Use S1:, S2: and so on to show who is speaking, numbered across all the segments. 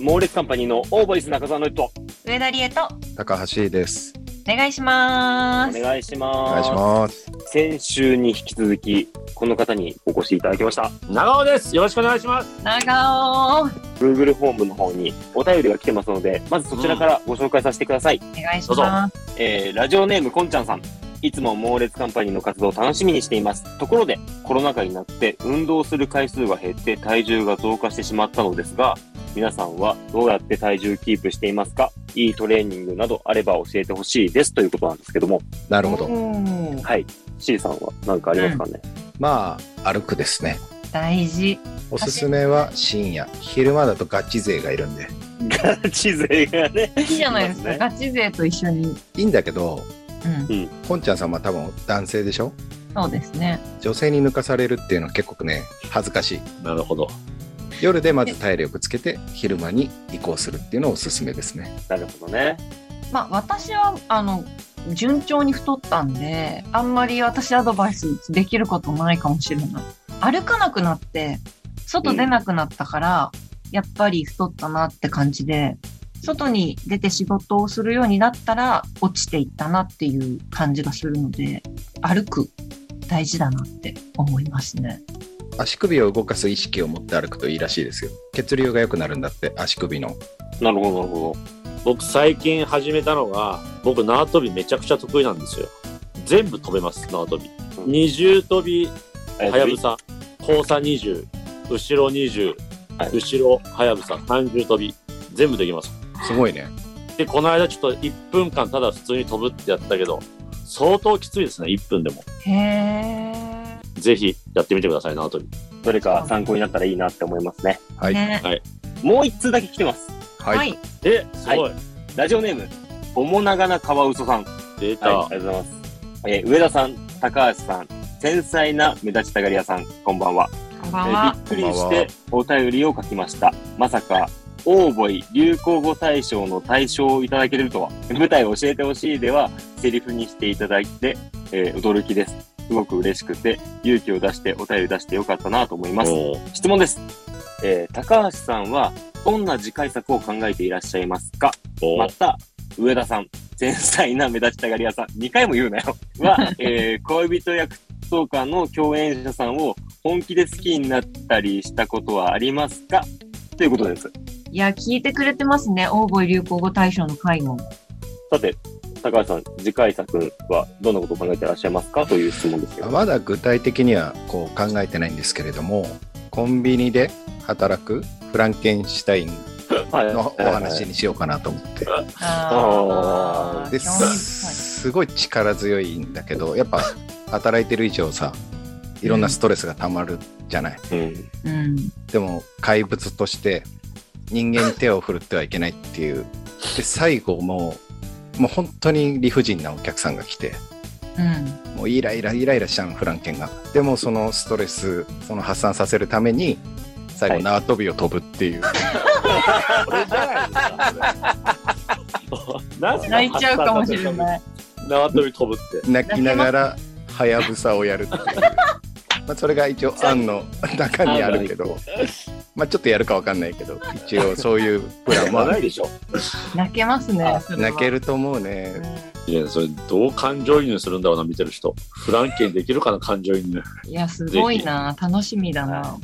S1: 猛烈カンパニーのオーボイス中澤の人、
S2: 上田理恵と
S3: 高橋です。
S2: お願いしま
S1: お
S2: す。
S1: 願いし
S3: お願
S1: ま
S3: い
S1: す。
S3: します。
S1: 先週に引き続き、この方にお越しいただきました。
S4: 長尾です。よろしくお願いします。
S2: 長尾、お
S1: Google ホームの方にお便りが来てますので、まずそちらからご紹介させてください。
S2: 願いし
S4: どうぞ
S2: ます。
S1: えーラジオネームこんちゃんさん。いつも猛烈カンパニーの活動を楽しみにしています。ところで、コロナ禍になって運動する回数が減って体重が増加してしまったのですが、皆さんはどうやって体重キープしていますかいいトレーニングなどあれば教えてほしいですということなんですけども、
S3: なるほど。
S2: ど。
S1: はい。C さんは何かありますかね、
S3: まあ、歩くですね。
S2: 大事。
S3: おすすめは深夜。昼間だとガチ勢がいるんで。
S1: ガチ勢がね。
S2: いいじゃないですか。
S1: いま
S2: ガチ勢と一緒に。
S3: いいんだけど、
S2: うん。
S3: こんちゃんさんは多分男性でしょ
S2: そうですね。
S3: 女性に抜かされるっていうのは結構ね、恥ずかしい。
S4: なるほど。
S3: 夜でまず体力つけて、昼間に移行するっていうのをおすすめですね。
S1: なるほどね。
S2: まあ私はあの順調に太ったんで、あんまり私アドバイスできることないかもしれない。歩かなくなって、外出なくなったから、やっぱり太ったなって感じで、外に出て仕事をするようになったら落ちていったなっていう感じがするので、歩く大事だなって思いますね。
S3: 足首を動かす意識を持って歩くといいらしいですよ。血流が良くなるんだって、足首の。
S1: なるほど、なるほ
S4: 僕最近始めたのが、僕縄跳びめちゃくちゃ得意なんですよ。全部飛べます、縄跳び。二重跳び、
S1: ど。
S4: はやぶさ、交差20、後ろ20、
S1: はい
S4: 後ろはやぶさ、30跳び。全部できます。
S3: すごいね。
S4: で、この間ちょっと1分間ただ普通に飛ぶってやったけど、相当きついですね、1分でも。
S2: へー。
S4: ぜひやってみてください、縄跳び。
S1: どれか参考になったらいいなって思いますね。
S3: はい。
S2: ね
S1: もう一通だけ来てます。
S3: はい。
S2: はい。
S4: え、すごい。
S1: ラジオネーム、おもながなかわうそさん。
S4: 出た。
S1: はい、ありがとうございます。えー上田さん、高橋さん、繊細な目立ちたがり屋さん、こんばんは。
S2: こんば
S1: え
S2: ん
S1: ー
S2: は
S1: び。っくり
S3: こんば
S1: し
S3: ん
S1: て
S3: は
S1: お便りを書きました。まさか、オーボイ流行語大賞の大賞をいただけるとは、舞台を教えてほしいでは、セリフにしていただいて、えー驚きです。すごく嬉しくて、勇気を出してお便り出してよかったなと思います。
S4: おー
S1: 質問です。えー高橋さんは、どんな次回作を考えていらっしゃいますか
S4: おー
S1: また、上田さん、繊細な目立ちたがり屋さん、2回も言うな よ、は、えー恋人役とかの共演者さんを本気で好きになったりしたことはありますかということです。
S2: いや、聞いてくれてますね。大声流行語大賞の会も。
S1: さて、高橋さん、次回作はどんなことを考えてらっしゃいますかという質問ですけど。
S3: まだ具体的にはこう考えてないんですけれどもコンビニで働くフランケンシュタイン
S1: はい
S3: のお話にしようかなと思って
S1: あー
S3: で
S2: 興味深い
S3: すごい力強いんだけどやっぱ働いてる以上さいろんなストレスがたまるじゃない
S1: うん
S2: うん。
S3: でも怪物として人間に手を振るってはいけないっていうで最後もうもう本当に理不尽なお客さんが来て
S2: うん。
S3: もうイライライライラしちゃうのフランケンがでもそのストレスその発散させるために最
S1: は
S3: 後
S1: い
S3: 縄跳びを飛ぶっていう、
S4: これじゃないですか。 なぜ
S2: 泣いちゃうかもしれない。
S4: 縄跳び飛ぶって。
S3: 泣きながらはやぶさをやるっていうまあそれが一応案の中にあるけどまあちょっとやるかわかんないけど一応そういうプラン
S4: まあ、
S3: は
S4: ないでしょ。
S2: 泣けますね。それは
S3: 泣け。ると思う
S2: う
S3: ね
S2: ん
S4: いや、それどう感情移入するんだろうな、見てる人。フランケンできるかな、感情移入。
S2: いや、すごいな。楽しみだな。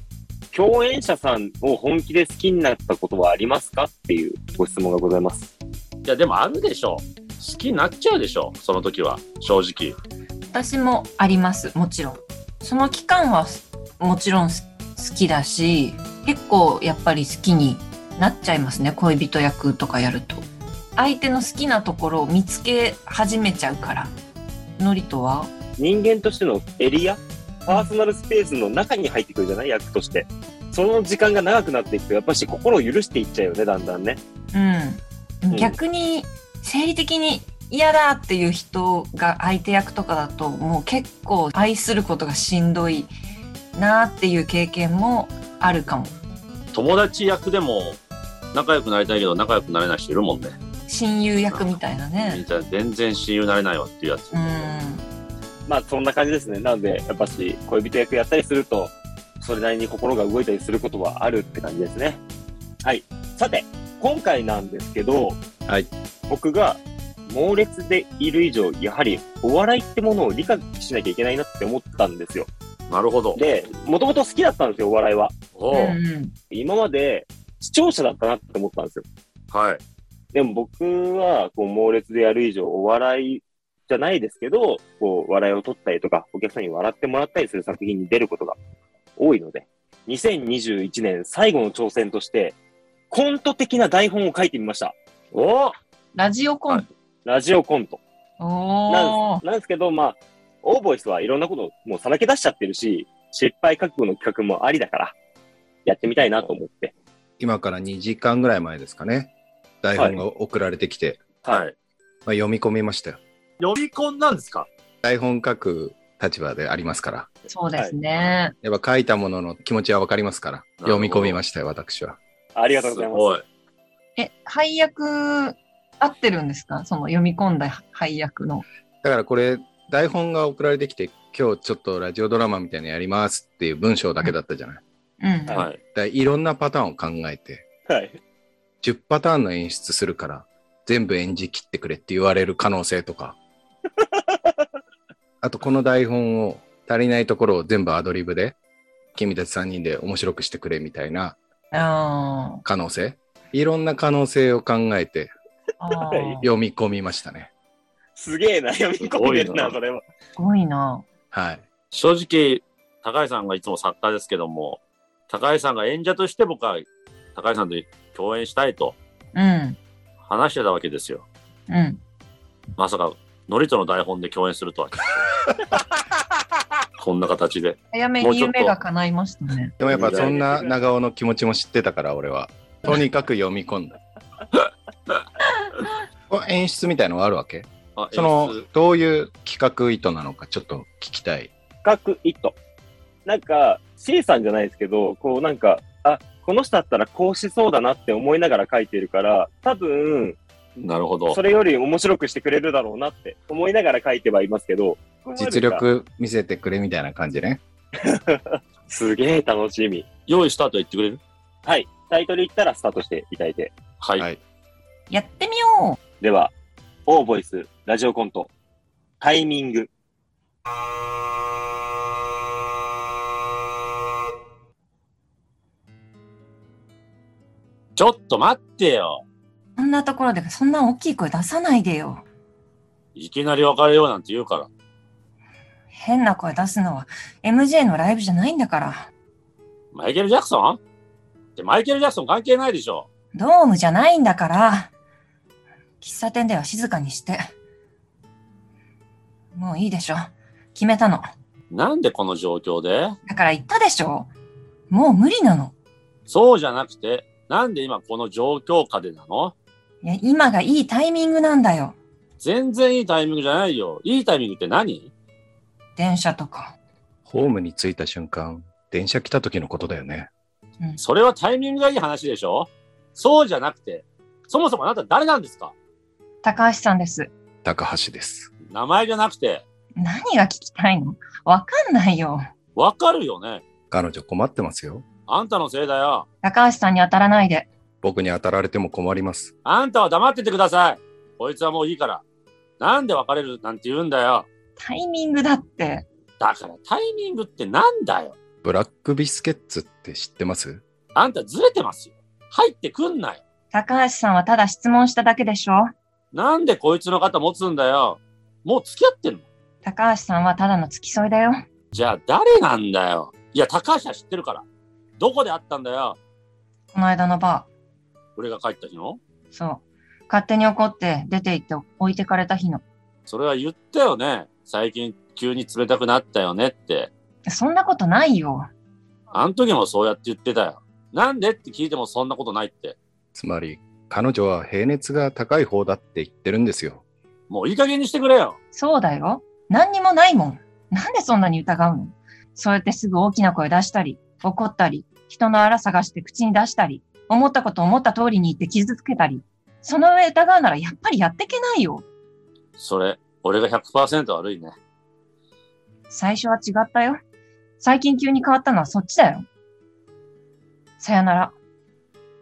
S1: 共演者さんを本気で好きになったことはありますかっていうご質問がございます。
S4: いや、でもあるでしょ。好きになっちゃうでしょ、その時は、正直。
S2: 私もあります。もちろん。その期間はもちろんす好きだし、結構やっぱり好きになっちゃいますね。恋人役とかやると。相手の好きなところを見つけ始めちゃうから。のりとは
S1: 人間としてのエリアパーソナルスペースの中に入ってくるじゃない役としてその時間が長くなっていくとやっぱし心を許していっちゃうよねだんだんね
S2: うん、
S1: ん
S2: 逆に生理的に嫌だっていう人が相手役とかだともう結構愛することがしんどいなっていう経験もあるかも
S4: 友達役でも、仲良くなりたいけど、仲良くなれない人いるもんね。
S2: 親友役みたいな
S4: み
S2: ね
S4: たいな全然親友になれないわっていうやつ。
S2: うん
S1: まあそんな感じですねなのでやっぱし恋人役やったりするとそれなりに心が動いたりすることはあるって感じですねはいさて今回なんですけど、
S3: はい
S1: 僕が猛烈でいる以上、やはりお笑いってものを理解しなきゃいけないなって思ったんですよ。
S4: なるほど。
S1: で、もともと好きだったんですよ、お笑いは。
S4: お
S2: う
S4: うん
S2: うん
S1: 今まで視聴者だったなって思ったんですよ。
S4: はい。
S1: でも僕はこう猛烈でやる以上、お笑いじゃないですけど、こう笑いを取ったりとか、お客さんに笑ってもらったりする作品に出ることが多いので、2021年最後の挑戦として、コント的な台本を書いてみました。
S4: お
S2: ラジオコント。
S1: ラジオコント。
S2: お
S1: なん
S2: お
S1: ですなんですけど、まあ、オーボイスはいろんなこともうさらけ出しちゃってるし、失敗覚悟の企画もありだから、やってみたいなと思って。
S3: 今から2時間ぐらい前ですかね。台本が送られてきて、
S4: はい。
S3: まあ、読み込みましたよ。
S4: 読み込んだんですか
S3: 台本書く立場でありますから。
S2: そうですね。
S3: やっぱ書いたものの気持ちはわかりますから。
S4: ほど
S3: 読み込みましたよ、私は。
S1: ありがとうございます。
S4: す。
S2: え、配役、合ってるんですかその読み込んだ配役の。
S3: だからこれ、台本が送られてきて、今日ちょっとラジオドラマみたいなのやりますっていう文章だけだったじゃない。だか
S2: うん。
S4: ごい。はい。
S3: らいろんなパターンを考えて、
S1: はい。
S3: 10パターンの演出するから全部演じきってくれって言われる可能性とかあとこの台本を足りないところを全部アドリブで君たち3人で面白くしてくれみたいな
S2: あー
S3: 可能性いろんな可能性を考えて
S2: あ ー。す
S3: 読み込みましたね
S1: すげえな、読み込んでるな、
S4: す
S1: そ
S4: ご
S1: れは。
S2: ごいな。
S3: はい
S4: 正直、高井さんがいつも作家ですけども、高井さんが演者として僕は高井さんと共演したいと
S2: うん。
S4: 話してたわけですよ。
S2: うん。
S4: まさか、ノリとの台本で共演するとは。 こんな形で。
S2: 早め
S4: もう
S2: に
S4: ちょっと
S2: 夢が叶いましたね。
S3: でもやっぱそんな長尾の気持ちも知ってたから俺はとにかく読み込んだこれ演出みたいのがあるわけ
S4: あ
S3: その
S4: 演出
S3: どういう企画意図なのかちょっと聞きたい
S1: 企画意図。なんか、C さんじゃないですけど、こうなんか、あ、この人だったらこうしそうだなって思いながら書いてるから、多分、
S4: なるほど
S1: そ。れより面白くしてくれるだろうなって思いながら書いてはいますけど、
S3: 実。力見せてくれみたいな感じね
S1: すげえ楽しみ。
S4: 用意したと言ってくれる
S1: はい。タイトル言ったらスタートしていただいて。
S4: はい。
S3: はい
S2: やってみよ
S1: では、オーボイス、ラジオコント、タイミング。
S4: ちょっと待ってよ。
S2: うこんなところでそんな大きい声出さないでよ。
S4: いきなり別れようなんて言うから。
S2: 変な声出すのは MJ のライブじゃないんだから。
S4: マイケル・ジャクソンってマイケル・ジャクソン関係ないでしょ。
S2: ドームじゃないんだから。喫茶店では静かにして。もういいでしょ。決めたの。
S4: なんでこの状況で
S2: だから言ったでしょ。もう無理なの。
S4: そうじゃなくて、なんで今この状況下でなの
S2: いや、今がいいタイミングなんだよ。
S4: 全然いいタイミングじゃないよ。いいタイミングって何
S2: 電車とか。
S3: ホームに着いた瞬間電車来た時のことだよね
S2: うん、
S4: それはタイミングがいい話でしょそうじゃなくて、そもそもあなた誰なんですか
S2: 高橋さんです。
S3: 高橋です
S4: 名前じゃなくて、
S2: 何が聞きたいのわかんないよ。
S4: わかるよね。
S3: 彼女困ってますよ
S4: あんたのせいだよ。
S2: 高橋さんに当たらないで。
S3: 僕に当たられても困ります
S4: あんたは黙っててください。こいつはもういいから。なんで別れるなんて言うんだよ。
S2: タイミングだって。
S4: だからタイミングってなんだよ。
S3: ブラックビスケッツって知ってます
S4: あんたずれてますよ。入ってくんなよ。
S2: 高橋さんはただ質問しただけでしょ
S4: なんでこいつの肩持つんだよ。もう付き合ってるの
S2: 高橋さんはただの付き添いだよ。
S4: じゃあ誰なんだよ。いや、高橋は知ってるから。どこで会ったんだよ。
S2: この間のバ
S4: 俺が帰った日の
S2: ー。そう。勝手に怒って出て行って置いてかれた日の。
S4: それは言ったよね。最近急に冷たくなったよねって。
S2: そんなことないよ。
S4: あん時もそうやって言ってたよ。なんでって聞いてもそんなことないって。
S3: つまり彼女は平熱が高い方だって言ってるんですよ
S4: もういい加減にしてくれよ。
S2: そうだよ。何にもないもん。なんでそんなに疑うのそうやってすぐ大きな声出したり、怒ったり、人のあら探して口に出したり、思ったこと思った通りに言って傷つけたり、その上疑うならやっぱりやってけないよ。
S4: それ、俺が100%悪いね。
S2: 最初は違ったよ。最近急に変わったのはそっちだよ。さよなら。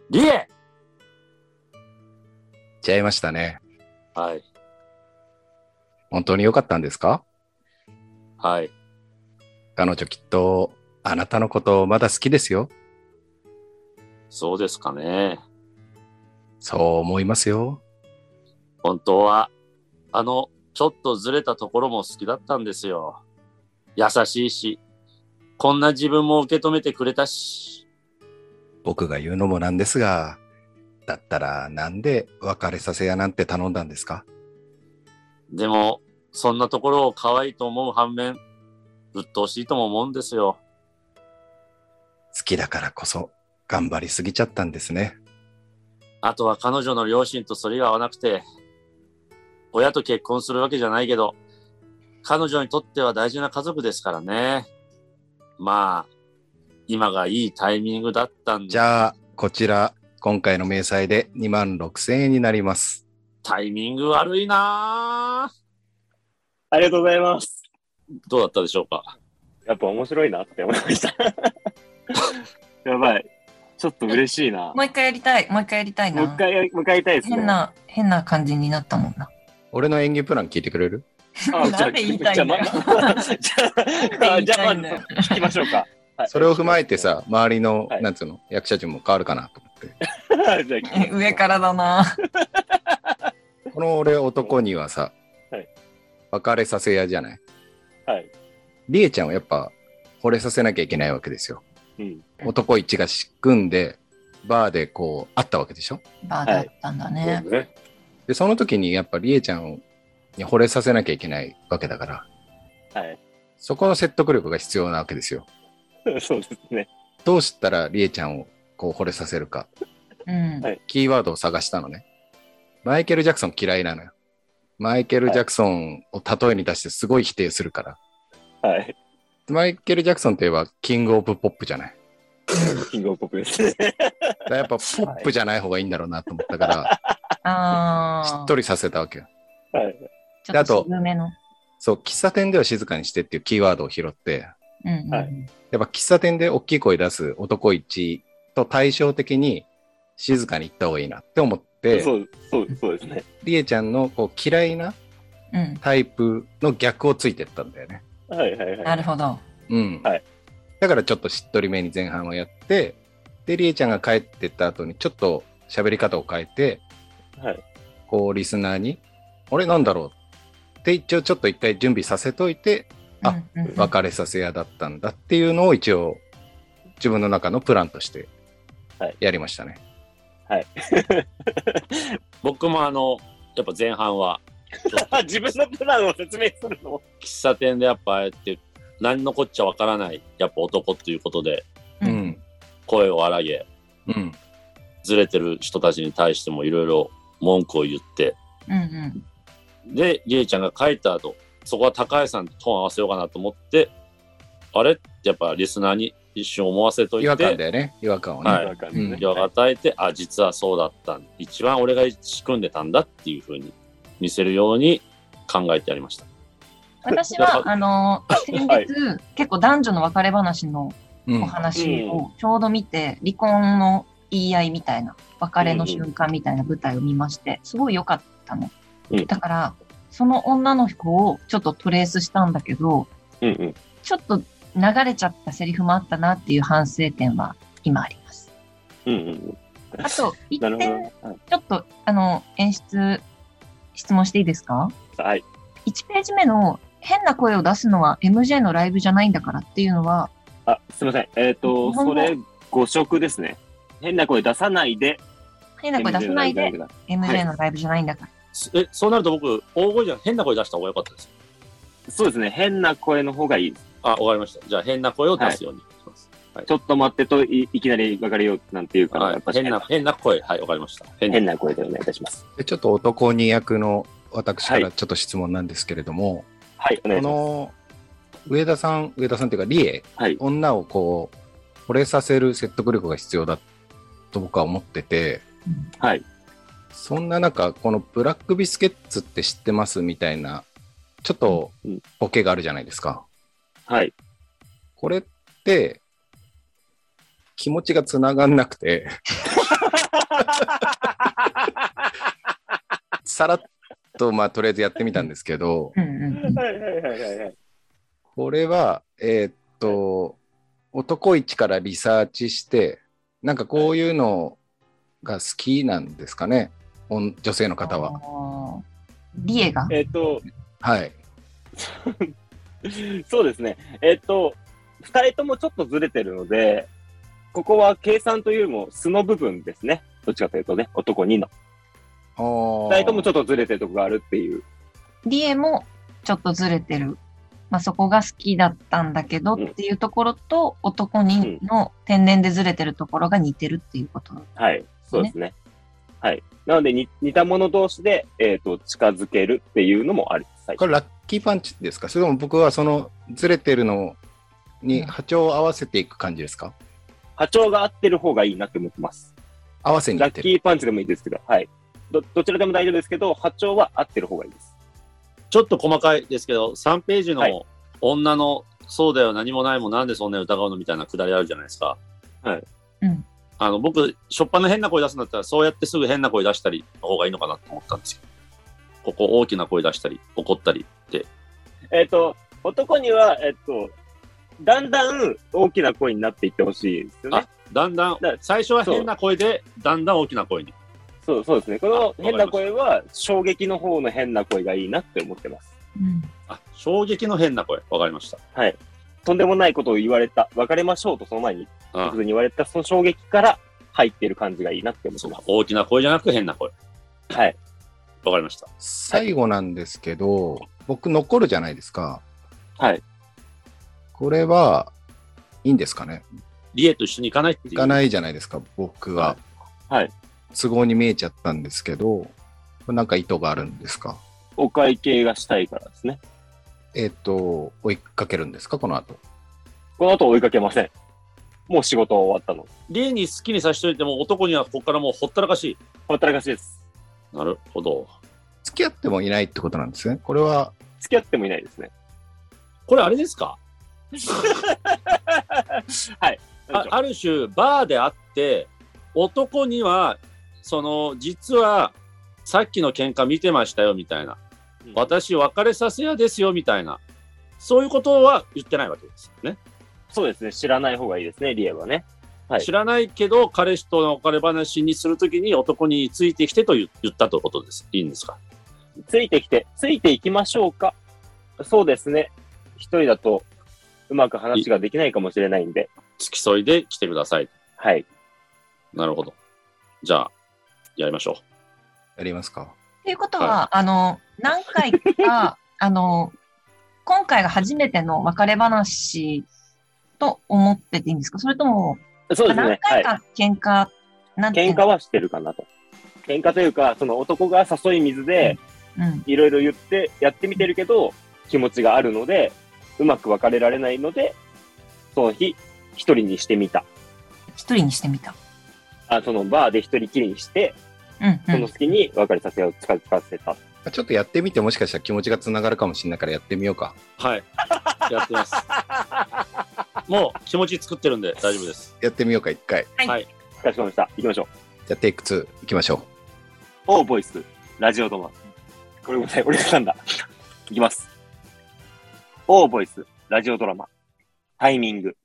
S4: リエ
S3: ちゃいましたね。
S4: はい。
S3: 本当に良かったんですか
S4: はい。
S3: 彼女きっと、あなたのことまだ好きですよ。
S4: そうですかね。
S3: そう思いますよ。
S4: 本当は、あの、ちょっとずれたところも好きだったんですよ。優しいし、こんな自分も受け止めてくれたし。
S3: 僕が言うのもなんですが、だったらなんで別れさせやなんて頼んだんですか
S4: でも、そんなところを可愛いと思う反面、鬱陶しいとも思うんですよ。
S3: 好きだからこそ頑張りすぎちゃったんですね。
S4: あとは彼女の両親とそれが合わなくて、親と結婚するわけじゃないけど、彼女にとっては大事な家族ですからね。まあ、今がいいタイミングだったん
S3: じ
S4: で、
S3: ゃあ、こちら、今回の明細で2万6千円になります。
S4: タイミング悪いなぁ
S1: ありがとうございます。
S4: どうだったでしょうか
S1: やっぱ面白いなって思いました。 やばい。ちょっと嬉しいな。
S2: もう一回やりたい。もう一回やりたい
S1: もう
S2: な。
S1: 一回や、もう一回やりたいですね。
S2: 変な、変な感じになったもん な。
S3: 俺の演技プラン聞いてくれる
S1: あ。
S2: なんで言いたいんだよ
S1: じゃあまじゃあ、じゃあ、まあ聞きましょうか。はい
S3: それを踏まえて。さ、周りの、
S1: はい
S3: なんつうの、役者陣も変わるかなと思って。
S1: じゃあ聞きましょう
S2: 上からだな。
S3: この俺男にはさ、
S1: はい
S3: 別れさせ屋じゃない
S1: はい。
S3: りえちゃんはやっぱ、惚れさせなきゃいけないわけですよ。
S1: うん。
S3: 男一が仕組んで、バーでこう、会ったわけでしょ
S2: バーだったんだね。
S1: そうね。
S3: で、その時にやっぱりえちゃんに惚れさせなきゃいけないわけだから、
S1: はい。
S3: そこの説得力が必要なわけですよ。
S1: そうですね。
S3: どうしたらりえちゃんをこう惚れさせるか、
S2: うん
S1: はい
S3: キーワードを探したのね。マイケル・ジャクソン嫌いなのよ。マイケル・ジャクソンを例えに出してすごい否定するから。
S1: はい。
S3: マイケル・ジャクソンといえばキング・オブ・ポップじゃない。
S1: キングオブポップですね。
S3: だからやっぱポップじゃない方がいいんだろうなと思ったから、
S2: あ
S3: し
S2: あ。
S3: っとりさせたわけよ。
S1: はい。
S2: ちょっ
S3: あ
S2: と
S3: と
S2: 渋めの。
S3: そう、喫茶店では静かにしてっていうキーワードを拾って、
S2: うんうんうん
S1: は
S3: やっぱ喫茶店で大きい声出す男一と対照的に静かに行った方がいいなって思って、
S1: そう、そう、そうですね。
S3: りえちゃんのこう嫌いな
S2: うん。
S3: タイプの逆をついてったんだよね。
S1: はいはいは。
S2: ないるほど。
S3: うん。
S1: はい
S3: だからちょっとしっとりめに前半はやって、で、りえちゃんが帰ってった後にちょっと喋り方を変えて、
S1: はい
S3: こうリスナーに、あれなんだろうって一応ちょっと一回準備させといて、あ
S2: うんうんうん
S3: 別れさせ屋だったんだっていうのを一応自分の中のプランとして
S1: はい
S3: やりましたね。
S4: 僕もあの、やっぱ前 半は、
S1: あ自分のプランを説明するの
S4: 喫茶店でやっぱああやって、何のこっちゃわからない、やっぱ男っていうことで、
S2: う
S3: うんん。
S4: 声を荒げ、
S3: うん。
S4: ずれてる人たちに対してもいろいろ文句を言って、
S2: うんうん
S4: で、りえちゃんが帰った後、そこは高橋さんとトーン合わせようかなと思って、あれってやっぱリスナーに一瞬思わせといて、
S3: 違和感だよね。違和感をね。
S4: はい
S1: わかんないね
S3: うん
S4: 違和感与えて、あ、実はそうだった。一番俺が仕組んでたんだっていうふうに見せるように考えてやりました。
S2: 私
S4: や
S2: は
S4: っ、
S2: あの、先日、
S1: はい
S2: 結構男女の別れ話の
S3: うん
S2: お話をちょうど見て、離婚の言い合いみたいな、別れの瞬間みたいな舞台を見まして、すごい良かったの
S1: うん。
S2: だから、その女の子をちょっとトレースしたんだけど、
S1: うんうん。
S2: ちょっと流れちゃったセリフもあったなっていう反省点は今あり ます。
S1: うんうん。
S2: あと、一
S1: なるほど
S2: 点
S1: ね。はい
S2: ちょっと、あの、演出、質問していいですか
S1: はい。
S2: ?1 ページ目の変な声を出すのは MJ のライブじゃないんだからっていうのは、
S1: あ、すみません。えっ、と、
S2: 日本語
S1: それ、誤色ですね。変な声出さないで。
S2: 変な声出さないで MJ のライブじゃないんだから。
S4: すえ、そうなると僕、大声じゃなく変な声出した方が良かったです。
S1: そうですね。変な声の方がいい。
S4: あ、わかりました。じゃあ変な声を出すようにします。
S1: ちょっと待ってといいきなり別れようなんていうから、
S4: はい
S1: やっぱり
S4: 変な、変な声。はい、わかりました。変な
S1: 変な声でお願いいたします。
S3: でちょっと男二役の私か
S1: は
S3: らちょっと質問なんですけれども、
S1: はい、お願いし
S3: こ
S1: ます。
S3: の上田さん、上田さんというか、理恵、
S1: はい。
S3: 女をこう、惚れさせる説得力が必要だと僕は思ってて、
S1: はい。
S3: そんな中、このブラックビスケッツって知ってますみたいな、ちょっと
S1: うん
S3: ボケがあるじゃないですか。
S1: はい。
S3: これって、気持ちがつながんなくて、さらっと、まあ、とりあえずやってみたんですけど、
S2: うんうんうん。
S1: はいはいはいはいはい。
S3: これは、えーっと、男一からリサーチして、なんかこういうのが好きなんですかね、おん女性の方は。
S2: は。リエが。
S1: えっと、
S3: はい。
S1: そうですね。えっと、二人ともちょっとずれてるので、ここは計算というよりも素の部分ですね。どっちかというとね、男2の。
S3: 二
S1: 二人ともちょっとずれてるとこがあるっていう。
S2: リエもちょっとずれてる。まあ、そこが好きだったんだけどっていうところと、男にの天然でずれてるところが似てるっていうこと。
S1: はい。そうですね。はい。なので、に似た者同士で、えっ、と、近づけるっていうのもありです。はい
S3: これラッキーパンチですかそれとも僕はそのずれてるのに波長を合わせていく感じですか
S1: 波長が合ってる方がいいなって思ってます。
S3: 合わせにい
S1: ラ
S3: っ
S1: ッ
S3: て
S1: キ
S3: る。
S1: ーパンチでもいいですけど、はい。ど、どちらでも大丈夫ですけど、波長は合ってる方がいいです。
S4: ちょっと細かいですけど、3ページ
S1: はい
S4: の女の、そうだよ、何もないもん、なんでそんなに疑うのみたいなくだりあるじゃないですか。
S1: はい。
S2: うん
S4: あの、僕、しょっぱな変な声出すんだったら、そうやってすぐ変な声出したりの方がいいのかなと思ったんですよ。ここ、大きな声出したり、怒ったりって。
S1: えっ、と、男には、えっ、と、だんだん大きな声になっていってほしいですよね。
S4: あだんだん
S1: だから、
S4: 最初は
S1: そう
S4: 変な声で、だんだん大きな声に。
S1: そうそうですね。この変な声は、衝撃の方の変な声がいいなって思ってます。
S2: うん。
S4: あ、衝撃の変な声。わかりました。
S1: はい。とんでもないことを言われた、別れましょうとその前に
S4: うん
S1: 突然言われた、その衝撃から入ってる感じがいいなって思って
S4: そう
S1: ま
S4: か大きな声じゃなく変な声。
S1: す。はい。
S4: わかりました。
S3: 最後なんですけど、僕残るじゃないですか。
S1: はい。
S3: これはいいんですかね
S4: リエと一緒に行かないっていう。。
S3: いかないいじゃないですか、僕は。
S1: はい。
S3: 都合に見えちゃったんですけど、これなんか意図があるんですか
S1: お会計がしたいからですね。
S3: えっ、と、追いかけるんですかこの後。
S1: この後追いかけません。もう仕事は終わったの。
S4: リエに好きにさせといても、男にはここからもうほったらかし
S1: ほったらかしです。
S4: い。なるほど。
S3: 付き合ってもいないってことなんですね。これは、
S1: 付き合ってもいないですね。
S4: これあれですか
S1: はい。
S4: あある種バーであって男にはその実はさっきの喧嘩見てましたよみたいな
S1: うん
S4: 私別れさせやですよみたいなそういうことは言ってないわけですよね、
S1: そうですね。知らない方がいいですね、リエはね。はい
S4: 知らないけど彼氏との別れ話にするときに男についてきてと言言ったということですいいんですか
S1: ついてきて、ついていきましょうか。そうですね。一人だとうまく話ができないかもしれないんで。
S4: 付き添いで来てください
S1: はい。
S4: なるほどじゃあやりましょ
S3: やりますか
S2: っていうことは、あの、何回 か、あの、今回が初めての別れ話と思ってていいんですかそれとも、
S1: そうです
S2: 何
S1: ね。は
S2: 回
S1: い。
S2: か喧嘩、なんていう
S1: 喧
S2: の
S1: 嘩はしてるかなと。喧嘩というか、その男が誘い水で
S2: うん。
S1: いろいろ言ってやってみてるけど、気持ちがあるので、うまく別れられないので、その日、一人にしてみた。
S2: 一人にしてみた。
S1: あそのバーで一人きりにして、
S2: うん、う
S1: その
S2: ん。
S1: 隙に別れさせよう、近づかせた。
S3: まあちょっとやってみてもしかしたら気持ちがつながるかもしれないからやってみようか。
S4: うはい やって ますもう気持ち作ってるんで大丈夫です
S3: やってみようか、一回。
S1: かしこまりました。行きましょう。
S3: じゃあ、テイク2いきましょ
S1: オーボイス、ラジオドマ。これごめんなさい、俺がなんだ。いきます。オーボイス、ラジオドラマ。タイミング。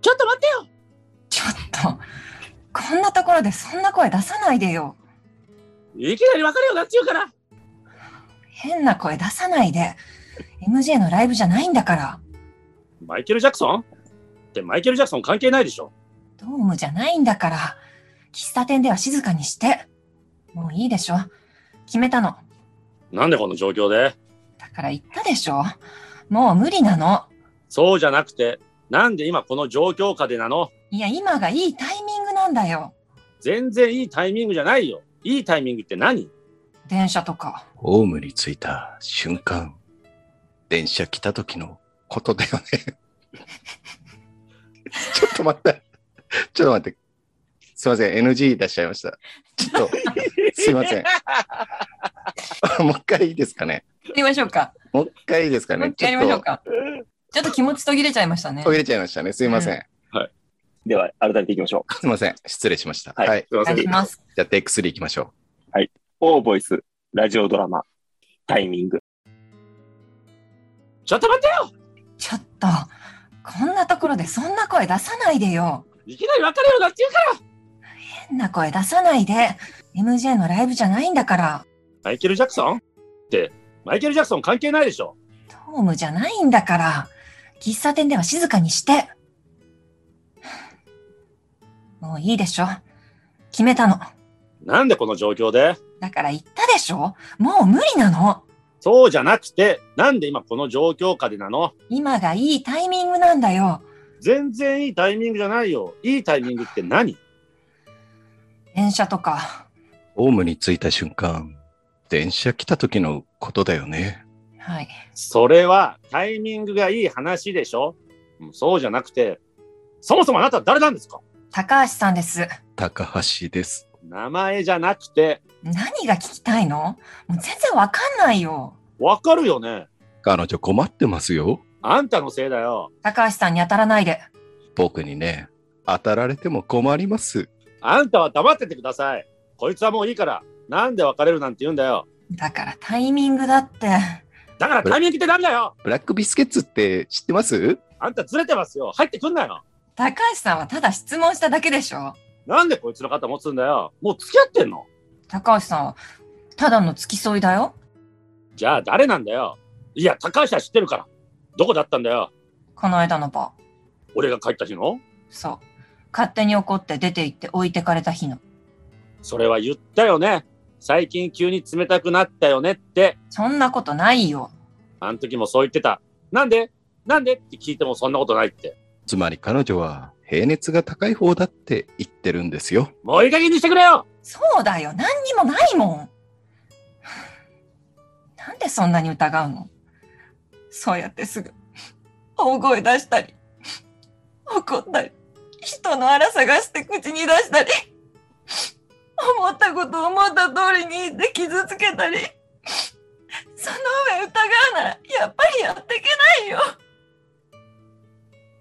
S4: ちょっと待ってよ
S2: ちょっと、こんなところでそんな声出さないでよ。
S4: いきなり別れようなっちゅうから
S2: 変な声出さないで。MJ のライブじゃないんだから。
S4: マイケル・ジャクソンってマイケル・ジャクソン関係ないでしょ
S2: ドームじゃないんだから。喫茶店では静かにして。もういいでしょ。決めたの。
S4: なんでこの状況で
S2: だから言ったでしょ。もう無理なの。
S4: そうじゃなくてなんで今この状況下でなの
S2: いや、今がいいタイミングなんだよ。
S4: 全然いいタイミングじゃないよいいタイミングって何
S2: 電車とか。
S3: う。ホームに着いた瞬間、電車来た時のことだよね。 ちょっと待って。ちょっと待って。すいません、NG 出しちゃいました。ちょっと、すいません。 もう一回いいですかね。
S2: やりましょうか。
S3: もう一回いいですか
S2: もう
S3: ね
S2: 一。
S3: ち
S2: 回やり
S3: ょ
S2: ましょ
S3: っ
S2: うか。ちょっと気持ち途切れちゃいましたね
S3: と途。切れちゃいましたね。すいません。
S4: うんはい
S1: では、改めていきましょう。
S3: すいません。失礼しました。
S1: は
S3: はいい。
S4: すいま
S2: お
S4: せ
S2: 願い
S4: ん
S2: し。ます。
S3: じゃあ、テイク3いきましょ
S1: オーボイス、ラジオドラマ、タイミング。
S4: ちょっと待ってよ
S2: ちょっと、こんなところでそんな声出さないでよ。
S4: いきなり別れるなって言うから
S2: 変な声出さないで。MJ のライブじゃないんだから。
S4: マイケル・ジャクソンって、マイケル・ジャクソン関係ないでしょ
S2: トームじゃないんだから。喫茶店では静かにして。もういいでしょ。決めたの。
S4: なんでこの状況で
S2: だから言ったでしょもう無理なの
S4: そうじゃなくて、なんで今この状況下でなの
S2: 今がいいタイミングなんだよ。
S4: 全然いいタイミングじゃないよ。いいタイミングって何
S2: 電車とか。
S3: う。オウムに着いた瞬間、電車来た時のことだよね。
S2: はい。
S4: それはタイミングがいい話でしょうんそうじゃなくて、そもそもあなた誰なんですか
S2: 高橋さんです。
S3: 高橋です。
S4: 名前じゃなくて、
S2: 何が聞きたいのもう全然わかんないよ。
S4: わかるよね
S3: 彼女困ってますよ。
S4: あんたのせいだよ。
S2: 高橋さんに当たらないで。
S3: 僕にね、当たられても困ります。
S4: あんたは黙っててください。こいつはもういいから、なんで別れるなんて言うんだよ。
S2: だからタイミングだって。
S4: だからタイミングってダメだよ
S3: ブラックビスケッツって知ってます
S4: あんたずれてますよ入ってくんなよ
S2: 高橋さんはただ質問しただけでしょ
S4: なんでこいつの肩持つんだよもう付き合ってんの
S2: 高橋さんはただの付き添いだよ。
S4: じゃあ誰なんだよいや、高橋は知ってるから。どこだったんだよ
S2: この間の場。
S4: 俺が帰った日の
S2: そう。勝手に怒って出て行って置いてかれた日の。
S4: それは言ったよね。最近急に冷たくなったよねって。
S2: そんなことないよ。
S4: あの時もそう言ってた。なんでなんでって聞いてもそんなことないって。
S3: つまり彼女は平熱が高い方だって言ってるんですよ。
S4: もういい加減にしてくれよ
S2: そうだよ。何にもないもん。 なんでそんなに疑うのそうやってすぐ、大声出したり、怒ったり、人の荒探して口に出したり、思ったこと思った通りに言って傷つけたり、その上疑うなら、やっぱりやっていけないよ。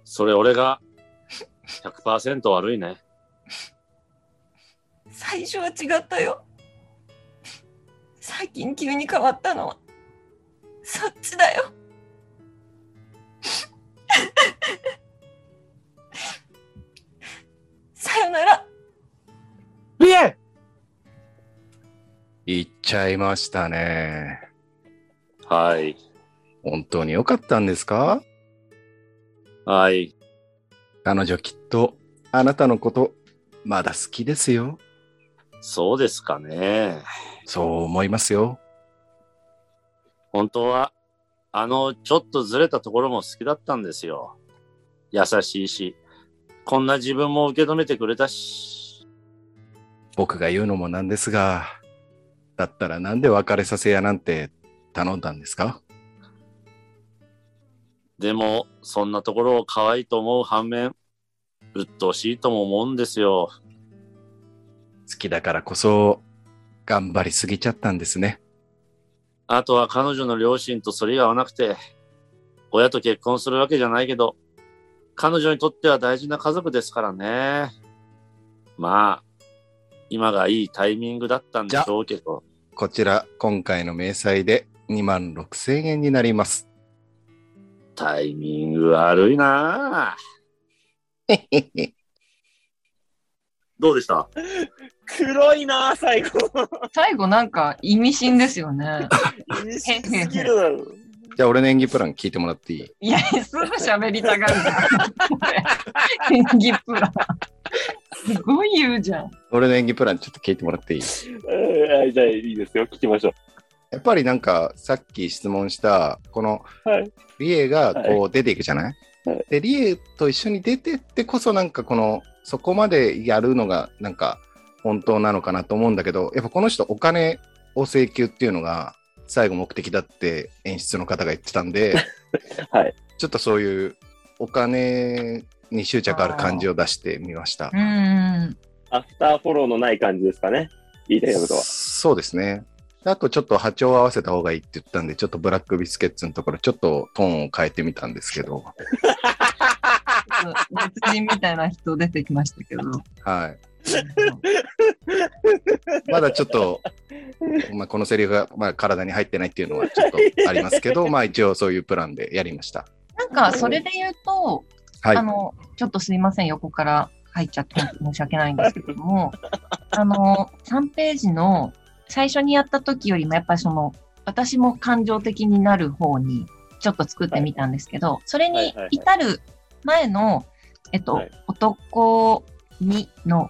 S4: それ俺が100%悪いね。
S2: 最初は違ったよ最近急に変わったのはそっちだよさよなら
S4: いえ
S3: 言っちゃいましたね。
S4: はい。
S3: 本当に良かったんですか
S4: はい。
S3: 彼女きっとあなたのことまだ好きですよ。
S4: そうですかね。
S3: そう思いますよ。
S4: 本当は、あの、ちょっとずれたところも好きだったんですよ。優しいし、こんな自分も受け止めてくれたし。
S3: 僕が言うのもなんですが、だったらなんで別れさせやなんて頼んだんですか
S4: でも、そんなところを可愛いと思う反面、鬱陶しいとも思うんですよ。
S3: 好きだからこそ頑張りすぎちゃったんですね。
S4: あとは彼女の両親と反りが合わなくて、親と結婚するわけじゃないけど、彼女にとっては大事な家族ですからね。まあ、今がいいタイミングだったんでしょうけど、
S3: こちら今回の明細で2万6千円になります。
S4: タイミング悪いなあどうでした
S1: 黒いな最後。
S2: 最後なんか意味深ですよね
S1: 意識すぎるだろ。
S3: じゃあ俺の演技プラン聞いてもらっていい
S2: いやすぐ喋りたがるじゃん演技プランすごい言うじゃん
S3: 俺の演技プランちょっと聞いてもらっていい
S1: うんはいじゃあ、いいですよ。聞きましょ
S3: やっぱりなんかさっき質問したこの
S1: はい
S3: リエがこう出ていくじゃない、
S1: はい
S3: でリエと一緒に出てってこそなんかこのそこまでやるのがなんか本当なのかなと思うんだけどやっぱこの人お金を請求っていうのが最後目的だって演出の方が言ってたんで、
S1: はい
S3: ちょっとそういうお金に執着ある感じを出してみました
S2: う。ん
S1: う。アフターフォローのない感じですかね。言いたいことは。
S3: そうですね。あとちょっと波長を合わせた方がいいって言ったんで、ちょっとブラックビスケッツのところ、ちょっとトーンを変えてみたんですけど、
S2: 別人みたいな人出てきましたけど。
S3: はい。まだちょっ と、まあ、このセリフが、まあ、体に入ってないっていうのはちょっとありますけど、まあ一応そういうプランでやりました。
S2: なんか、それで言うと、
S3: はい
S2: あ。の、ちょっとすいません、横から入っちゃって申し訳ないんですけども、 あの、3ページの最初にやった時よりも、やっぱりその、私も感情的になる方にちょっと作ってみたんですけど、それ
S1: はいは
S2: に
S1: いはい
S2: 至る前の、えっと、
S1: はい
S2: 男にの、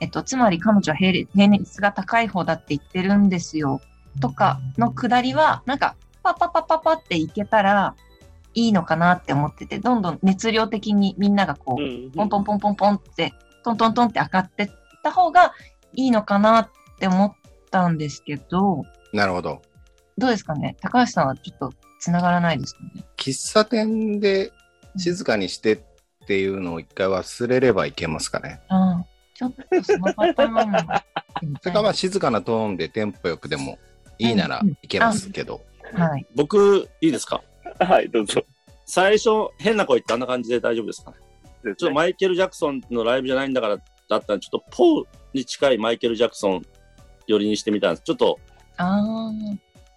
S2: えっと、つまり彼女は平れ平熱が高い方だって言ってるんですよ、とかのくだりは、なんか、パパパパパっていけたらいいのかなって思ってて、どんどん熱量的にみんながこう、
S1: うん
S2: ポンポンポンポンポンって、トントントンって上がってった方がいいのかなって思ったんですけど、
S3: なるほど。
S2: どうですかね高橋さんはちょっと繋がらないですかね
S3: 喫茶店で静かにしてっていうのを一回忘れればいけますかね。
S2: ああちょっとそのパターンもやってみた
S3: それ
S2: い
S3: か
S2: な
S3: まあ静かなトーンでテンポよくでもいいならいけますけど。
S2: はい。
S4: 僕、いいですか
S1: はい、どうぞ。
S4: 最初、変な声ってあんな感じで大丈夫ですかちょっとマイケル・ジャクソンのライブじゃないんだからだったんで、ちょっとポーに近いマイケル・ジャクソン寄りにしてみたんです。ちょっと
S2: あ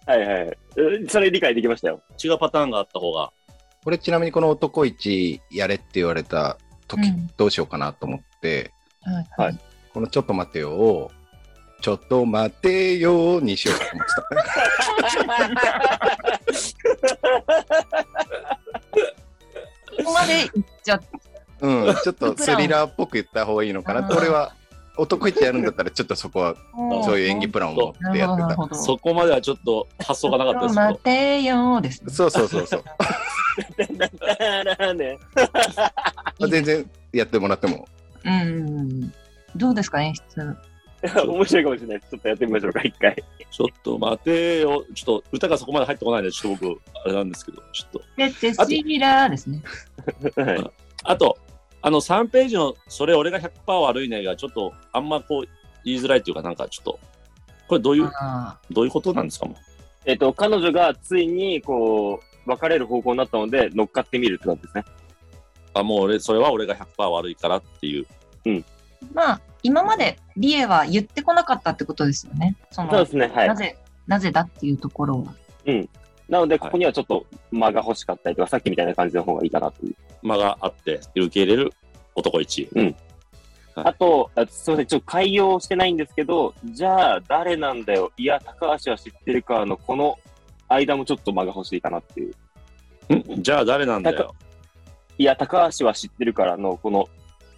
S1: はいはいはい。うんそれ理解できましたよ。
S4: 違うパターンがあった方が、
S3: これちなみにこの男一やれって言われた時
S2: うん
S3: どうしようかなと思って、
S2: あ、はい。
S1: はい
S3: このちょっと待てよを、ちょっと待てよにしようと思ってた。
S2: ここまで行っちゃっ
S3: うん、ちょっとスリラーっぽく言った方がいいのかなって。
S2: うん
S3: 俺は男一やるんだったらちょっとそこは
S2: た。
S3: そういう演技プランを持って
S2: なる
S3: や
S2: ほ
S3: っ
S2: ど、な
S3: て
S2: るほど。
S4: そこまではちょっと発想がなかったですけ
S2: 待
S4: ど、
S2: てよーですね
S3: た。。そうそうそうそう。
S1: ね。
S3: まあ全然やってもらっても。
S2: うんうんうん。どうですか、演出。
S1: 面白いかもしれないです。ちょっとやってみましょうか、一回。
S4: ちょっと待てよ、ちょっと歌がそこまで入ってこないので、ちょっと僕、あれなんですけど、ちょっと。
S2: で、テシラーですね。
S1: はい
S4: あと、あの3ページの、それ俺が100%悪いねが、ちょっとあんまこう言いづらいというか、なんかちょっと、これどういう、
S2: あ
S4: どういうことなんですかもう
S1: えっと、彼女がついに、こう、別れる方向になったので、乗っかってみるってことですね。
S4: あ、もう俺、それは俺が100%悪いからっていう。
S2: ーまあ、今までリエは言ってこなかったってことですよね。その
S1: そうですね、は。
S2: ないぜ、なぜだっていうところは。
S1: なので、ここにはちょっと間が欲しかったりとか、さっきみたいな感じの方がいいかなという。
S4: 間があって受け入れる男一はい
S1: あと、あすみません、ちょっと開業してないんですけど、じゃあ、誰なんだよ。いや、高橋は知ってるかの、この間もちょっと間が欲しいかなっていう。
S4: んじゃあ誰なんだよ
S1: いや、高橋は知ってるからの、この、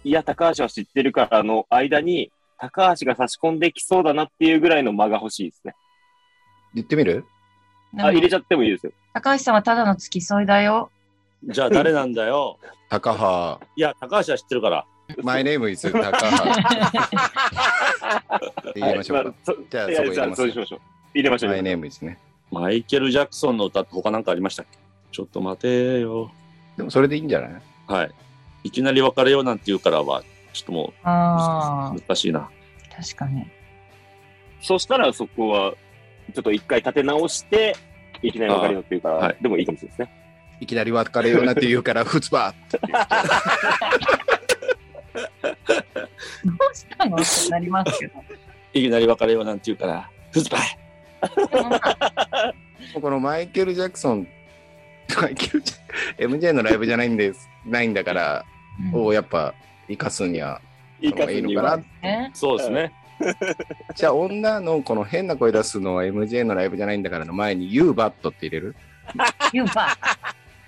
S1: いや、高橋は知ってるからの間に、高橋が差し込んできそうだなっていうぐらいの間が欲しいですね。
S3: 言ってみる
S2: で
S1: あ、入
S2: も
S1: れちゃってもいいですよ。
S2: 高橋さんはただの付き添いだよ。
S4: じゃあ誰なんだよ
S3: 高葉。
S4: いや高橋は知ってるから
S3: マイネームイズ高 葉って言いましょうか。
S1: そ
S3: じゃあ
S1: い
S3: そ
S1: やじ
S3: こ入れ
S1: ゃあ
S3: ま
S1: そうし
S3: す。
S1: ましょう。入れましょう。
S3: マイネームイズね。
S4: マイケル・ジャクソンの歌って他なんかありましたっけちょっと待てよ
S3: でもそれでいいんじゃない
S4: はいいきなり別れようなんて言うからはちょっとも
S2: あ
S4: う難しいな
S2: あ、確かに。
S1: そしたらそこは、ちょっと一回立て直して、いきなり別れようっていうから、
S4: あはい
S1: でもいいかもしれないですね。
S3: いきなり別れようなって言うから、ふ つば
S2: どうしたのってなりますけど。
S4: いきなり別れようなんて言うからフズバイ
S2: でもまあ
S3: このマイケル・ジャクソン、マイケル・ジャ MJ のライブじゃないんです、ないんだから、
S2: うん
S3: をやっぱ生かすには、
S1: いいか
S3: いいの
S1: に
S3: かな
S1: は。
S2: ね
S4: そうですね
S3: じゃあ女のこの変な声出すのは MJ のライブじゃないんだからの前に You Bat って入れる
S2: You but.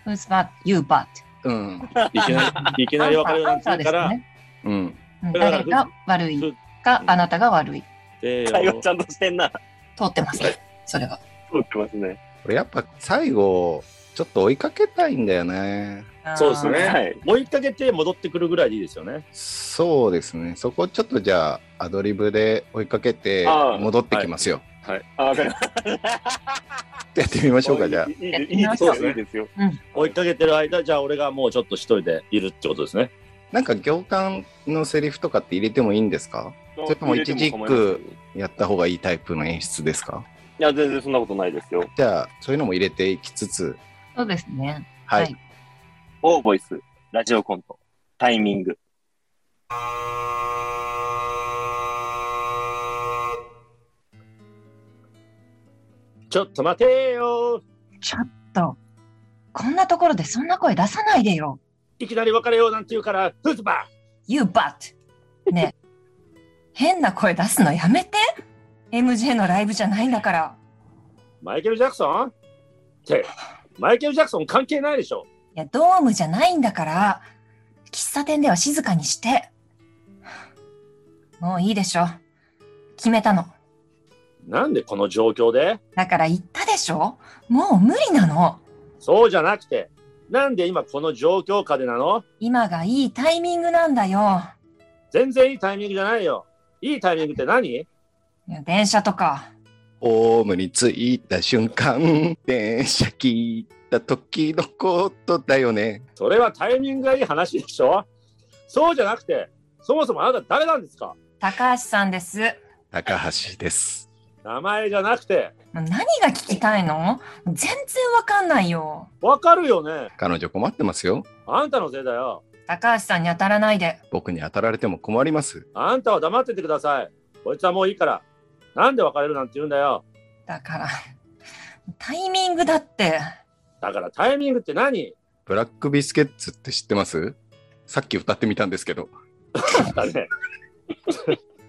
S2: Who's but? You but.
S3: うん。
S4: いきな りいきなり別れようなんて言うから
S2: アンサーですね
S3: うん。
S2: うん
S4: だから
S2: 誰が悪いか、あなたが悪い。
S4: で
S1: 会
S4: よ
S1: 話ちゃんとしてんな。
S2: 通ってますね。それは。
S1: そうってますね。
S3: これやっぱ最後、ちょっと追いかけたいんだよね。
S4: そうですね
S1: はい。
S4: 追いかけて戻ってくるぐらいでいいですよね
S3: そうですね。そこちょっとじゃあアドリブで追いかけて
S1: あー
S3: 戻ってきますよ。
S1: あ、わかりまし
S3: やってみましょうか、じゃあ
S1: い。いいいいいですよ。いいですよ。
S4: 追いかけてる間じゃあ俺がもうちょっと一人でいるってことですね
S3: なんか行間のセリフとかって入れてもいいんですかそれとも一字一句やった方がいいタイプの演出ですか
S1: いや、全然そんなことないですよ。
S3: じゃあ、そういうのも入れていきつつ、
S2: そうですね。
S3: はい。
S2: はい
S1: オーボイス、ラジオコント。タイミング。
S4: ちょっと待てよ
S2: ちょっと、こんなところでそんな声出さないでよ。
S4: いきなり別れようなんて言うから、フーズバ
S2: You but! ね え変な声出すのやめて !MJ のライブじゃないんだから。
S4: マイケル・ジャクソンって、マイケル・ジャクソン関係ないでしょ。
S2: いや、ドームじゃないんだから、喫茶店では静かにして。もういいでしょ。決めたの。
S4: なんでこの状況で
S2: だから言ったでしょもう無理なの。
S4: そうじゃなくて、なんで今この状況下でなの
S2: 今がいいタイミングなんだよ。
S4: 全然いいタイミングじゃないよ。いいタイミングって何
S2: いや電車とか。
S3: ホームに着いた瞬間、 電車聞いた時のことだよね。
S4: それはタイミングがいい話でしょそうじゃなくて、そもそもあなた誰なんですか
S2: 高橋さんです。
S3: 高橋です。
S4: 名前じゃなくて、
S2: 何が聞きたいの全然わかんないよ。
S4: わかるよね。
S3: 彼女困ってますよ。
S4: あんたのせいだよ。
S2: 高橋さんに当たらないで。
S3: 僕に当たられても困ります。
S4: あんたは黙っててください。こいつはもういいから。なんで別れるなんて言うんだよ。
S2: だから、タイミングだって。
S4: だからタイミングって何
S3: ブラックビスケッツって知ってますさっき歌ってみたんですけど、
S4: だね。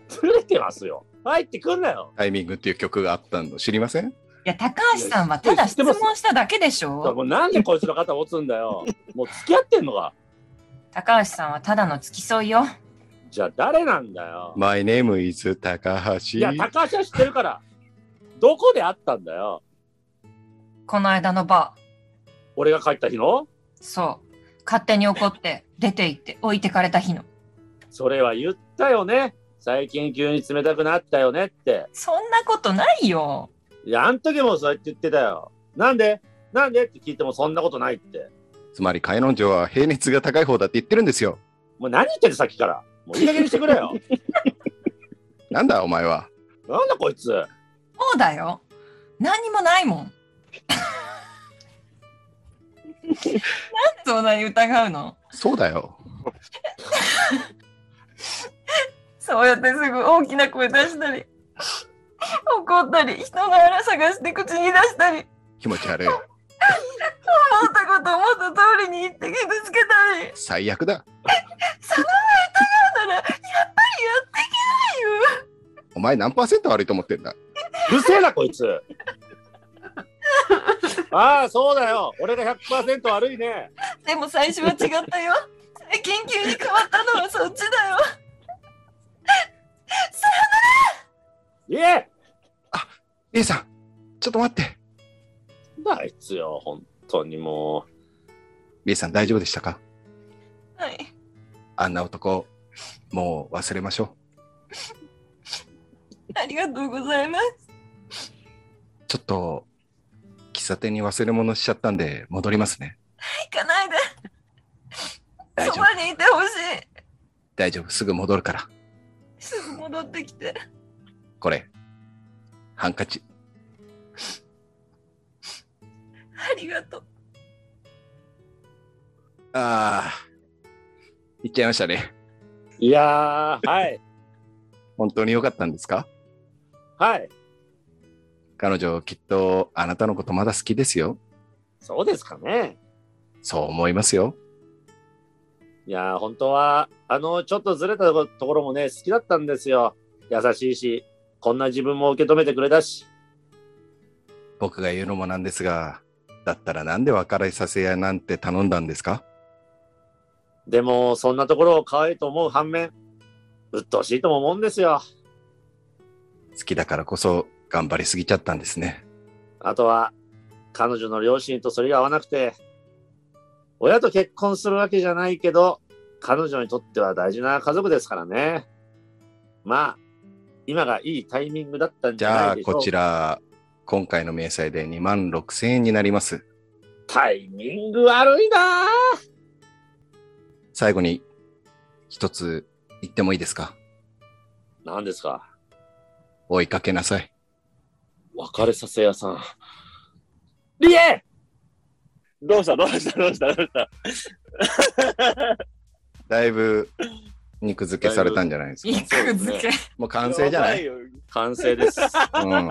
S4: つれてますよ。入ってくんなよ。
S3: タイミングっていう曲があったの知りません
S2: いや、高橋さんはただ質問しただけでしょ
S4: もうなんでこいつの肩持つんだよ。もう付き合ってんのか。
S2: 高橋さんはただの付き添いよ。
S4: じゃあ誰なんだよ。
S3: ?My name is 高
S4: い
S3: 橋。
S4: や、高橋は知ってるから。どこで会ったんだよ。
S2: この間のバー。
S4: 俺が帰った日の
S2: そう。勝手に怒って、出て行って、置いてかれた日の。
S4: それは言ったよね。最近急に冷たくなったよねって。
S2: そんなことないよ。
S4: いや、あん時もそうやって言ってたよ。なんでなんでって聞いてもそんなことないって。
S3: つまり彼女は平熱が高い方だって言ってるんですよ。
S4: もう何言ってるさっきから。もういい加減にしてくれよ。
S3: なんだお前は。
S4: なんだこいつ。
S2: そうだよ。何にもないもん。 なんでそんなに疑うの
S3: そうだよ。
S2: そうやってすぐ大きな声出したり、怒ったり、人の腹探して口に出したり、
S3: 気持ち悪い。
S2: 思ったこと思った通りに言って傷つけたり、
S3: 最悪だ。
S2: その前疑うなら、やっぱりやっていけないよ。
S3: お前何パーセント悪いと思ってんだ。
S4: うるせえなこいつああそうだよ俺が100%悪いね
S2: でも最初は違ったよ。最近急に変わったのはそっちだよ。
S4: いえ
S3: A さん、ちょっと待って。
S4: あいつよ本当にも
S3: B さん大丈夫でしたか
S2: はい。
S3: あんな男、もう忘れましょ
S2: ありがとうございます。
S3: う。ちょっと、喫茶店に忘れ物しちゃったんで戻りますね。
S2: 行かないで。
S3: 大
S2: そ
S3: 丈夫
S2: ば、にいてほしい。
S3: 大丈夫。すぐ戻るから。
S2: すぐ戻ってきて。
S3: これ、ハンカチ。
S2: ありがとう。
S3: ああ、行っちゃいましたね。
S4: ういやーはい
S3: 本当に良かったんですか
S4: はい
S3: 彼女、きっとあなたのことまだ好きですよ。
S4: そうですかね
S3: そう思いますよ。
S4: いやー本当はあのちょっとずれたところもね好きだったんですよ優しいしこんな自分も受け止めてくれたし
S3: 僕が言うのもなんですが、だったらなんで別れさせやなんて頼んだんですか
S4: でもそんなところを可愛いと思う反面鬱陶しいとも思うんですよ
S3: 好きだからこそ頑張りすぎちゃったんですね。
S4: あとは、彼女の両親とそれが合わなくて、親と結婚するわけじゃないけど、彼女にとっては大事な家族ですからね。まあ、今がいいタイミングだったんじ
S3: じ
S4: ゃ
S3: ゃ
S4: な
S3: あ、
S4: いでしょう
S3: こ
S4: か。
S3: ちら、今回の明細で2万6千円になります。
S4: タイミング悪いなあ
S3: 最後に、一つ言ってもいいですか
S4: 何ですか
S3: 追いかけなさい。
S4: 別れさせ屋さん。リエ
S1: どうしたどうしたどうしたどうした
S3: だいぶ肉付けされたんじゃないですか。
S2: 肉漬け。
S3: もう完成じゃない
S1: やばよ
S4: 完成 です。は
S3: うん。
S4: い。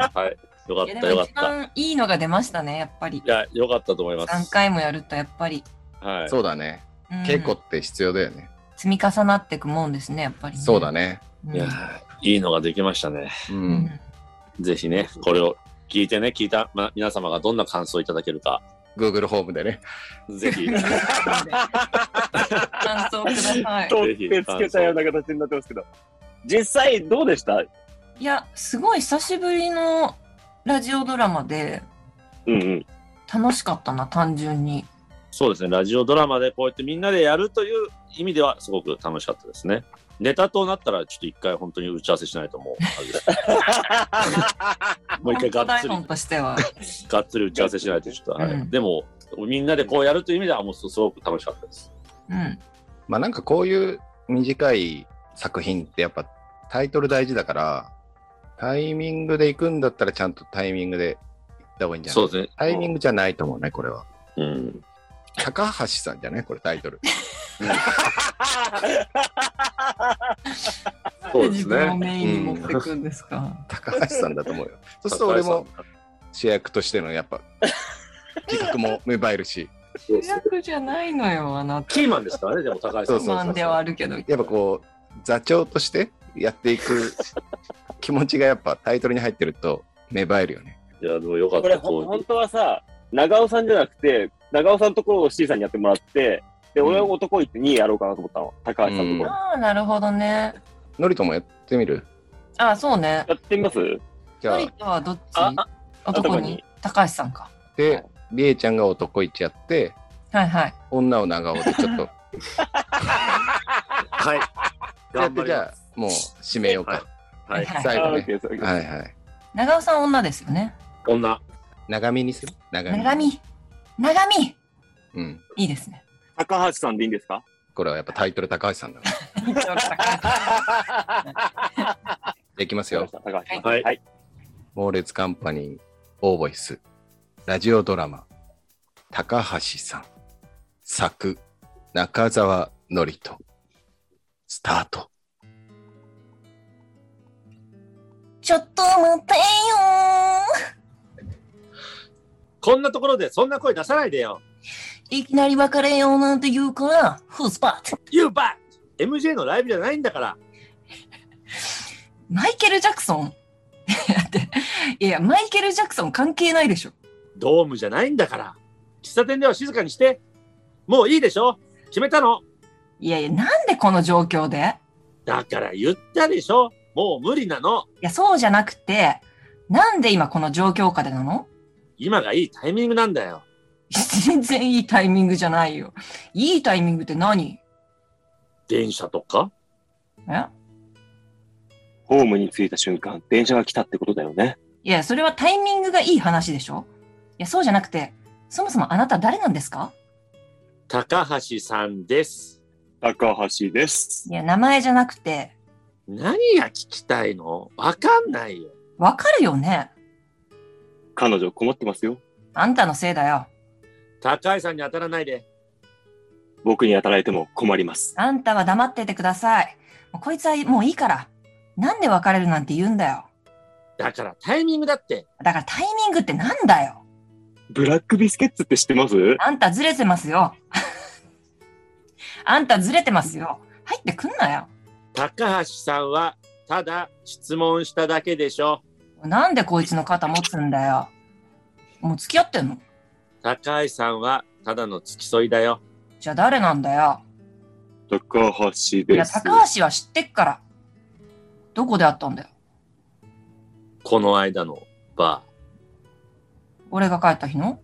S4: よかっ
S2: いや
S4: た、
S2: で
S4: よ
S2: も
S4: かっ
S2: 一
S4: た。
S2: 番いいのが出ましたね、やっぱり
S4: い。や、よかったと思いま
S2: 何
S4: す。
S2: 回もやるとやっぱり。
S4: はい。
S3: そうだね。
S2: うん
S3: 稽古って必要だよね。
S2: 積み重なっていくもんですね、やっぱり、
S3: そうだ
S2: ね。う
S3: ね。
S2: ん
S4: いやー、いいのができましたね。
S3: う。
S2: うんん
S4: ぜひね、これを聞いてね、聞いた、ま、皆様がどんな感想をいただけるか、
S3: Google ホームでね。
S4: ぜ ひ。
S2: 感想くだ さい。
S4: う
S1: 取ってつけたような形になってますけど。実際どうでした
S2: いや、すごい久しぶりのラジオドラマで
S1: うんうん。
S2: 楽しかったな、単純に。
S4: そうですね、ラジオドラマでこうやってみんなでやるという意味ではすごく楽しかったですね。ネタとなったら、ちょっと一回本当に打ち合わせしないともう、あれ ですもう一回がっつ
S2: 台本
S4: り、
S2: としては。
S4: がっつり打ち合わせしないとちょっと、はい
S2: うん
S4: でも、みんなでこうやるという意味では、もうすごく楽しかったです。
S2: うん。
S3: まあなんかこういう短い作品ってやっぱタイトル大事だから、タイミングで行くんだったらちゃんとタイミングで行った方がいいんじゃな
S4: そ
S3: いう
S4: ですね。
S3: タイミングじゃないと思うね、これは。
S4: うん。
S3: 高橋さんじゃないこれタイトル。
S4: そうです
S2: 自分を
S4: ね。
S2: メインに持ってくんですか。
S3: 高橋さんだと思うよ。そうすると俺も主役としてのやっぱ、自覚も芽生えるし、
S4: そう
S2: 主
S4: そう
S2: 役じゃないのよ、あなた。
S4: キーマンですからね、でも高橋さん。
S3: そうそうそう
S2: 不安ではあるけど。
S3: やっぱこう、座長としてやっていく気持ちがやっぱタイトルに入ってると芽生えるよね。
S4: いや、でもよかっ
S1: これ
S4: た。
S1: ほん
S4: こ
S1: 本当はさ、長尾さんじゃなくて、長尾さんのところを C さんにやってもらって、で、俺は男行って2位やろうかなと思ったの。高橋さんのところ。
S2: ああ、なるほどね。
S3: ノリともやってみる
S2: ああ、そうね。
S1: やってみます
S3: じゃ
S2: ト
S3: あ
S2: リ、トはどっち
S1: ああ
S2: 男
S1: 男
S2: に
S1: に
S2: 高橋さんか。
S3: で、りえちゃんが男一やって、
S2: はいはい。
S3: 女を長尾でちょっと
S4: うはい。
S3: やっ
S4: 頑張
S3: て
S4: り
S3: じゃあ
S4: ます。
S3: もう締めようか、
S4: はい。
S2: はい
S3: 最
S1: あ
S3: 後
S1: オッケ
S3: ね
S1: ーですオッケーです
S3: はいはい
S2: 長尾さん女ですよね。
S4: 女。
S3: 長めにする長め
S2: 長身長身
S3: うん
S2: いいですね。
S1: 高橋さんでいいんですか
S3: これはやっぱタイトル高橋さんだからじ
S2: 高橋さ
S3: ゃあいきますよ
S1: 高橋さん。
S4: はい
S1: はい。
S3: 猛烈カンパニーオーボイスラジオドラマ高橋さん作中澤典人スタート
S2: んちょっと待ってよ
S4: こんなところでそんな声出さないでよ。
S2: ーいきなり別れようなんて言うから、フースパット
S4: You back! MJ のライブじゃないんだから。
S2: マイケル・ジャクソン だっていや、マイケル・ジャクソン関係ないでしょ。
S4: ドームじゃないんだから。喫茶店では静かにして。もういいでしょ決めたの。
S2: いやいや、なんでこの状況で
S4: だから言ったでしょもう無理なの。
S2: いや、そうじゃなくて、なんで今この状況下でなの
S4: 今がいいタイミングなんだよ。
S2: 全然いいタイミングじゃないよ。いいタイミングって何
S4: 電車とか
S2: え
S1: ホームに着いた瞬間、電車が来たってことだよね。
S2: いや、それはタイミングがいい話でしょいや、そうじゃなくて、そもそもあなた誰なんですか
S4: 高橋さんです。
S1: 高橋です
S2: い。や、名前じゃなくて、
S4: 何が聞きたいのわかんないよ。
S2: わかるよね
S1: 彼女困ってますよ。
S2: あんたのせいだよ。
S4: 高橋さんに当たらないで。
S1: 僕に働いても困ります。
S2: あんたは黙っててください。もうこいつはもういいから。なんで別れるなんて言うんだよ。
S4: だからタイミングだって。
S2: だからタイミングってなんだよ。
S1: ブラックビスケッツって知ってます
S2: あんたずれてますよ。 あんたずれてますよ。入ってくんなよ。
S4: 高橋さんはただ質問しただけでしょ。
S2: なんでこいつの肩持つんだよ。もう付き合ってんの
S4: 高橋さんはただの付き添いだよ。
S2: じゃあ誰なんだよ。
S1: 高橋
S2: い
S1: で
S2: や、
S1: す。
S2: 高橋は知ってっから。どこで会ったんだよ。
S4: この間のバー。
S2: 俺が帰った日の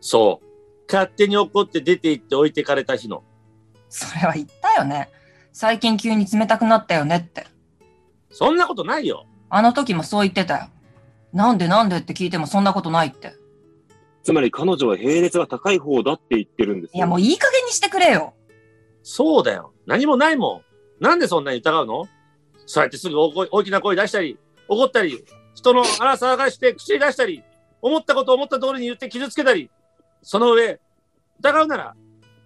S4: そう。勝手に怒って出て行って置いてかれた日の。
S2: それは言ったよね。最近急に冷たくなったよねって。
S4: そんなことないよ。
S2: あの時もそう言ってたよ。なんでなんでって聞いてもそんなことないって。
S1: つまり彼女は並列が高い方だって言ってるんですよ。
S2: いやもういい加減にしてくれよ。
S4: そうだよ。何もないもん。なんでそんなに疑うのそうやってすぐ大声大きな声出したり、怒ったり、人の荒騒がして口に出したり、思ったこと思った通りに言って傷つけたり、その上、疑うなら、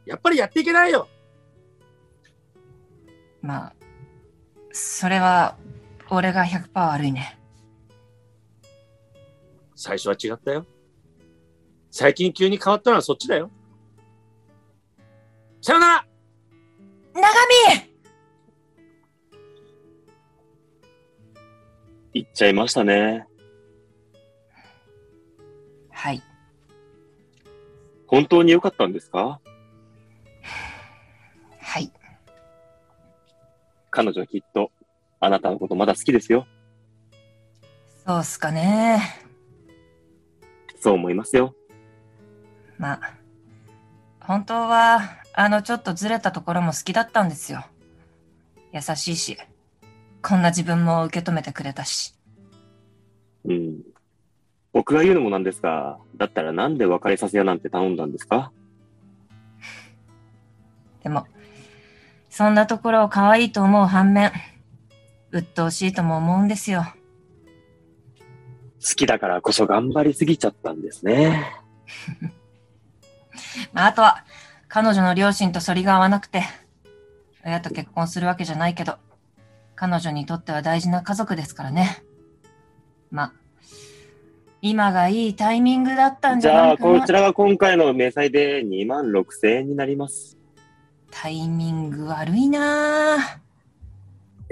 S4: やっぱりやっていけないよ。
S2: まあ、それは、俺が100%悪いね。
S4: 最初は違ったよ。最近急に変わったのはそっちだよ。さよなら
S2: 長見
S1: 行っちゃいましたね。
S2: はい。
S1: 本当に良かったんですか
S2: はい。
S1: 彼女はきっと、あなたのことまだ好きですよ。
S2: そうっすかね。
S1: そう思いますよ。
S2: まあ、本当は、あの、ちょっとずれたところも好きだったんですよ。優しいし、こんな自分も受け止めてくれたし。
S1: うん。僕が言うのもなんですが、だったらなんで別れさせようなんて頼んだんですか
S2: でも、そんなところを可愛いと思う反面、鬱陶しいとも思うんですよ。
S1: 好きだからこそ頑張りすぎちゃったんですね。
S2: まあ、あとは、彼女の両親と反りが合わなくて、親と結婚するわけじゃないけど、彼女にとっては大事な家族ですからね。まあ、今がいいタイミングだったんじ
S1: じ
S2: ゃな
S1: ゃあ、
S2: いかな。
S1: こちらが今回の明細で2万6千円になります。
S2: タイミング悪いなぁ。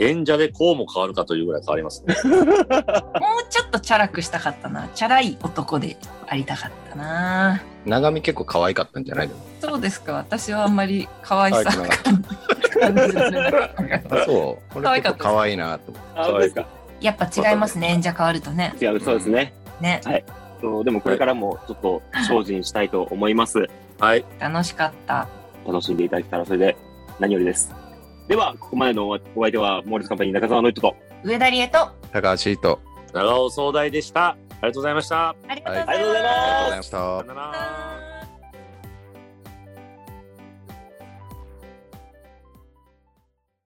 S4: 演者でこうも変わるかというぐらい変わりますね。
S2: もうちょっとチャラくしたかったな。チャラい男でありたかったな。
S3: 長見結構可愛かったんじゃない
S2: そうですか。私はあんまり可愛
S3: 可愛
S2: さ
S3: くなかっ
S2: 感じられなかったから
S3: た。あそう。これ
S2: 可愛
S3: 結
S2: かっ
S3: 構
S2: た
S3: 可愛いなと思って。
S1: あ、そうですか。
S2: やっぱ違いますね。演者変わるとね。
S1: いや、そうですね。
S2: ね。
S1: そうでもこれからもちょっと精進したいと思います。
S4: はい。
S2: 楽しかった。
S1: 楽しんでいただけたらそれで何よりです。では、ここまでのおお相手は、モーリスカンパニー中澤の人と、
S2: 上田理恵と、あ
S3: 高橋と。
S4: 長尾総大でした。ありがとうございました。
S2: りがとうございます。
S1: ありがとうございます
S3: ありがとうございました
S4: さよ。なら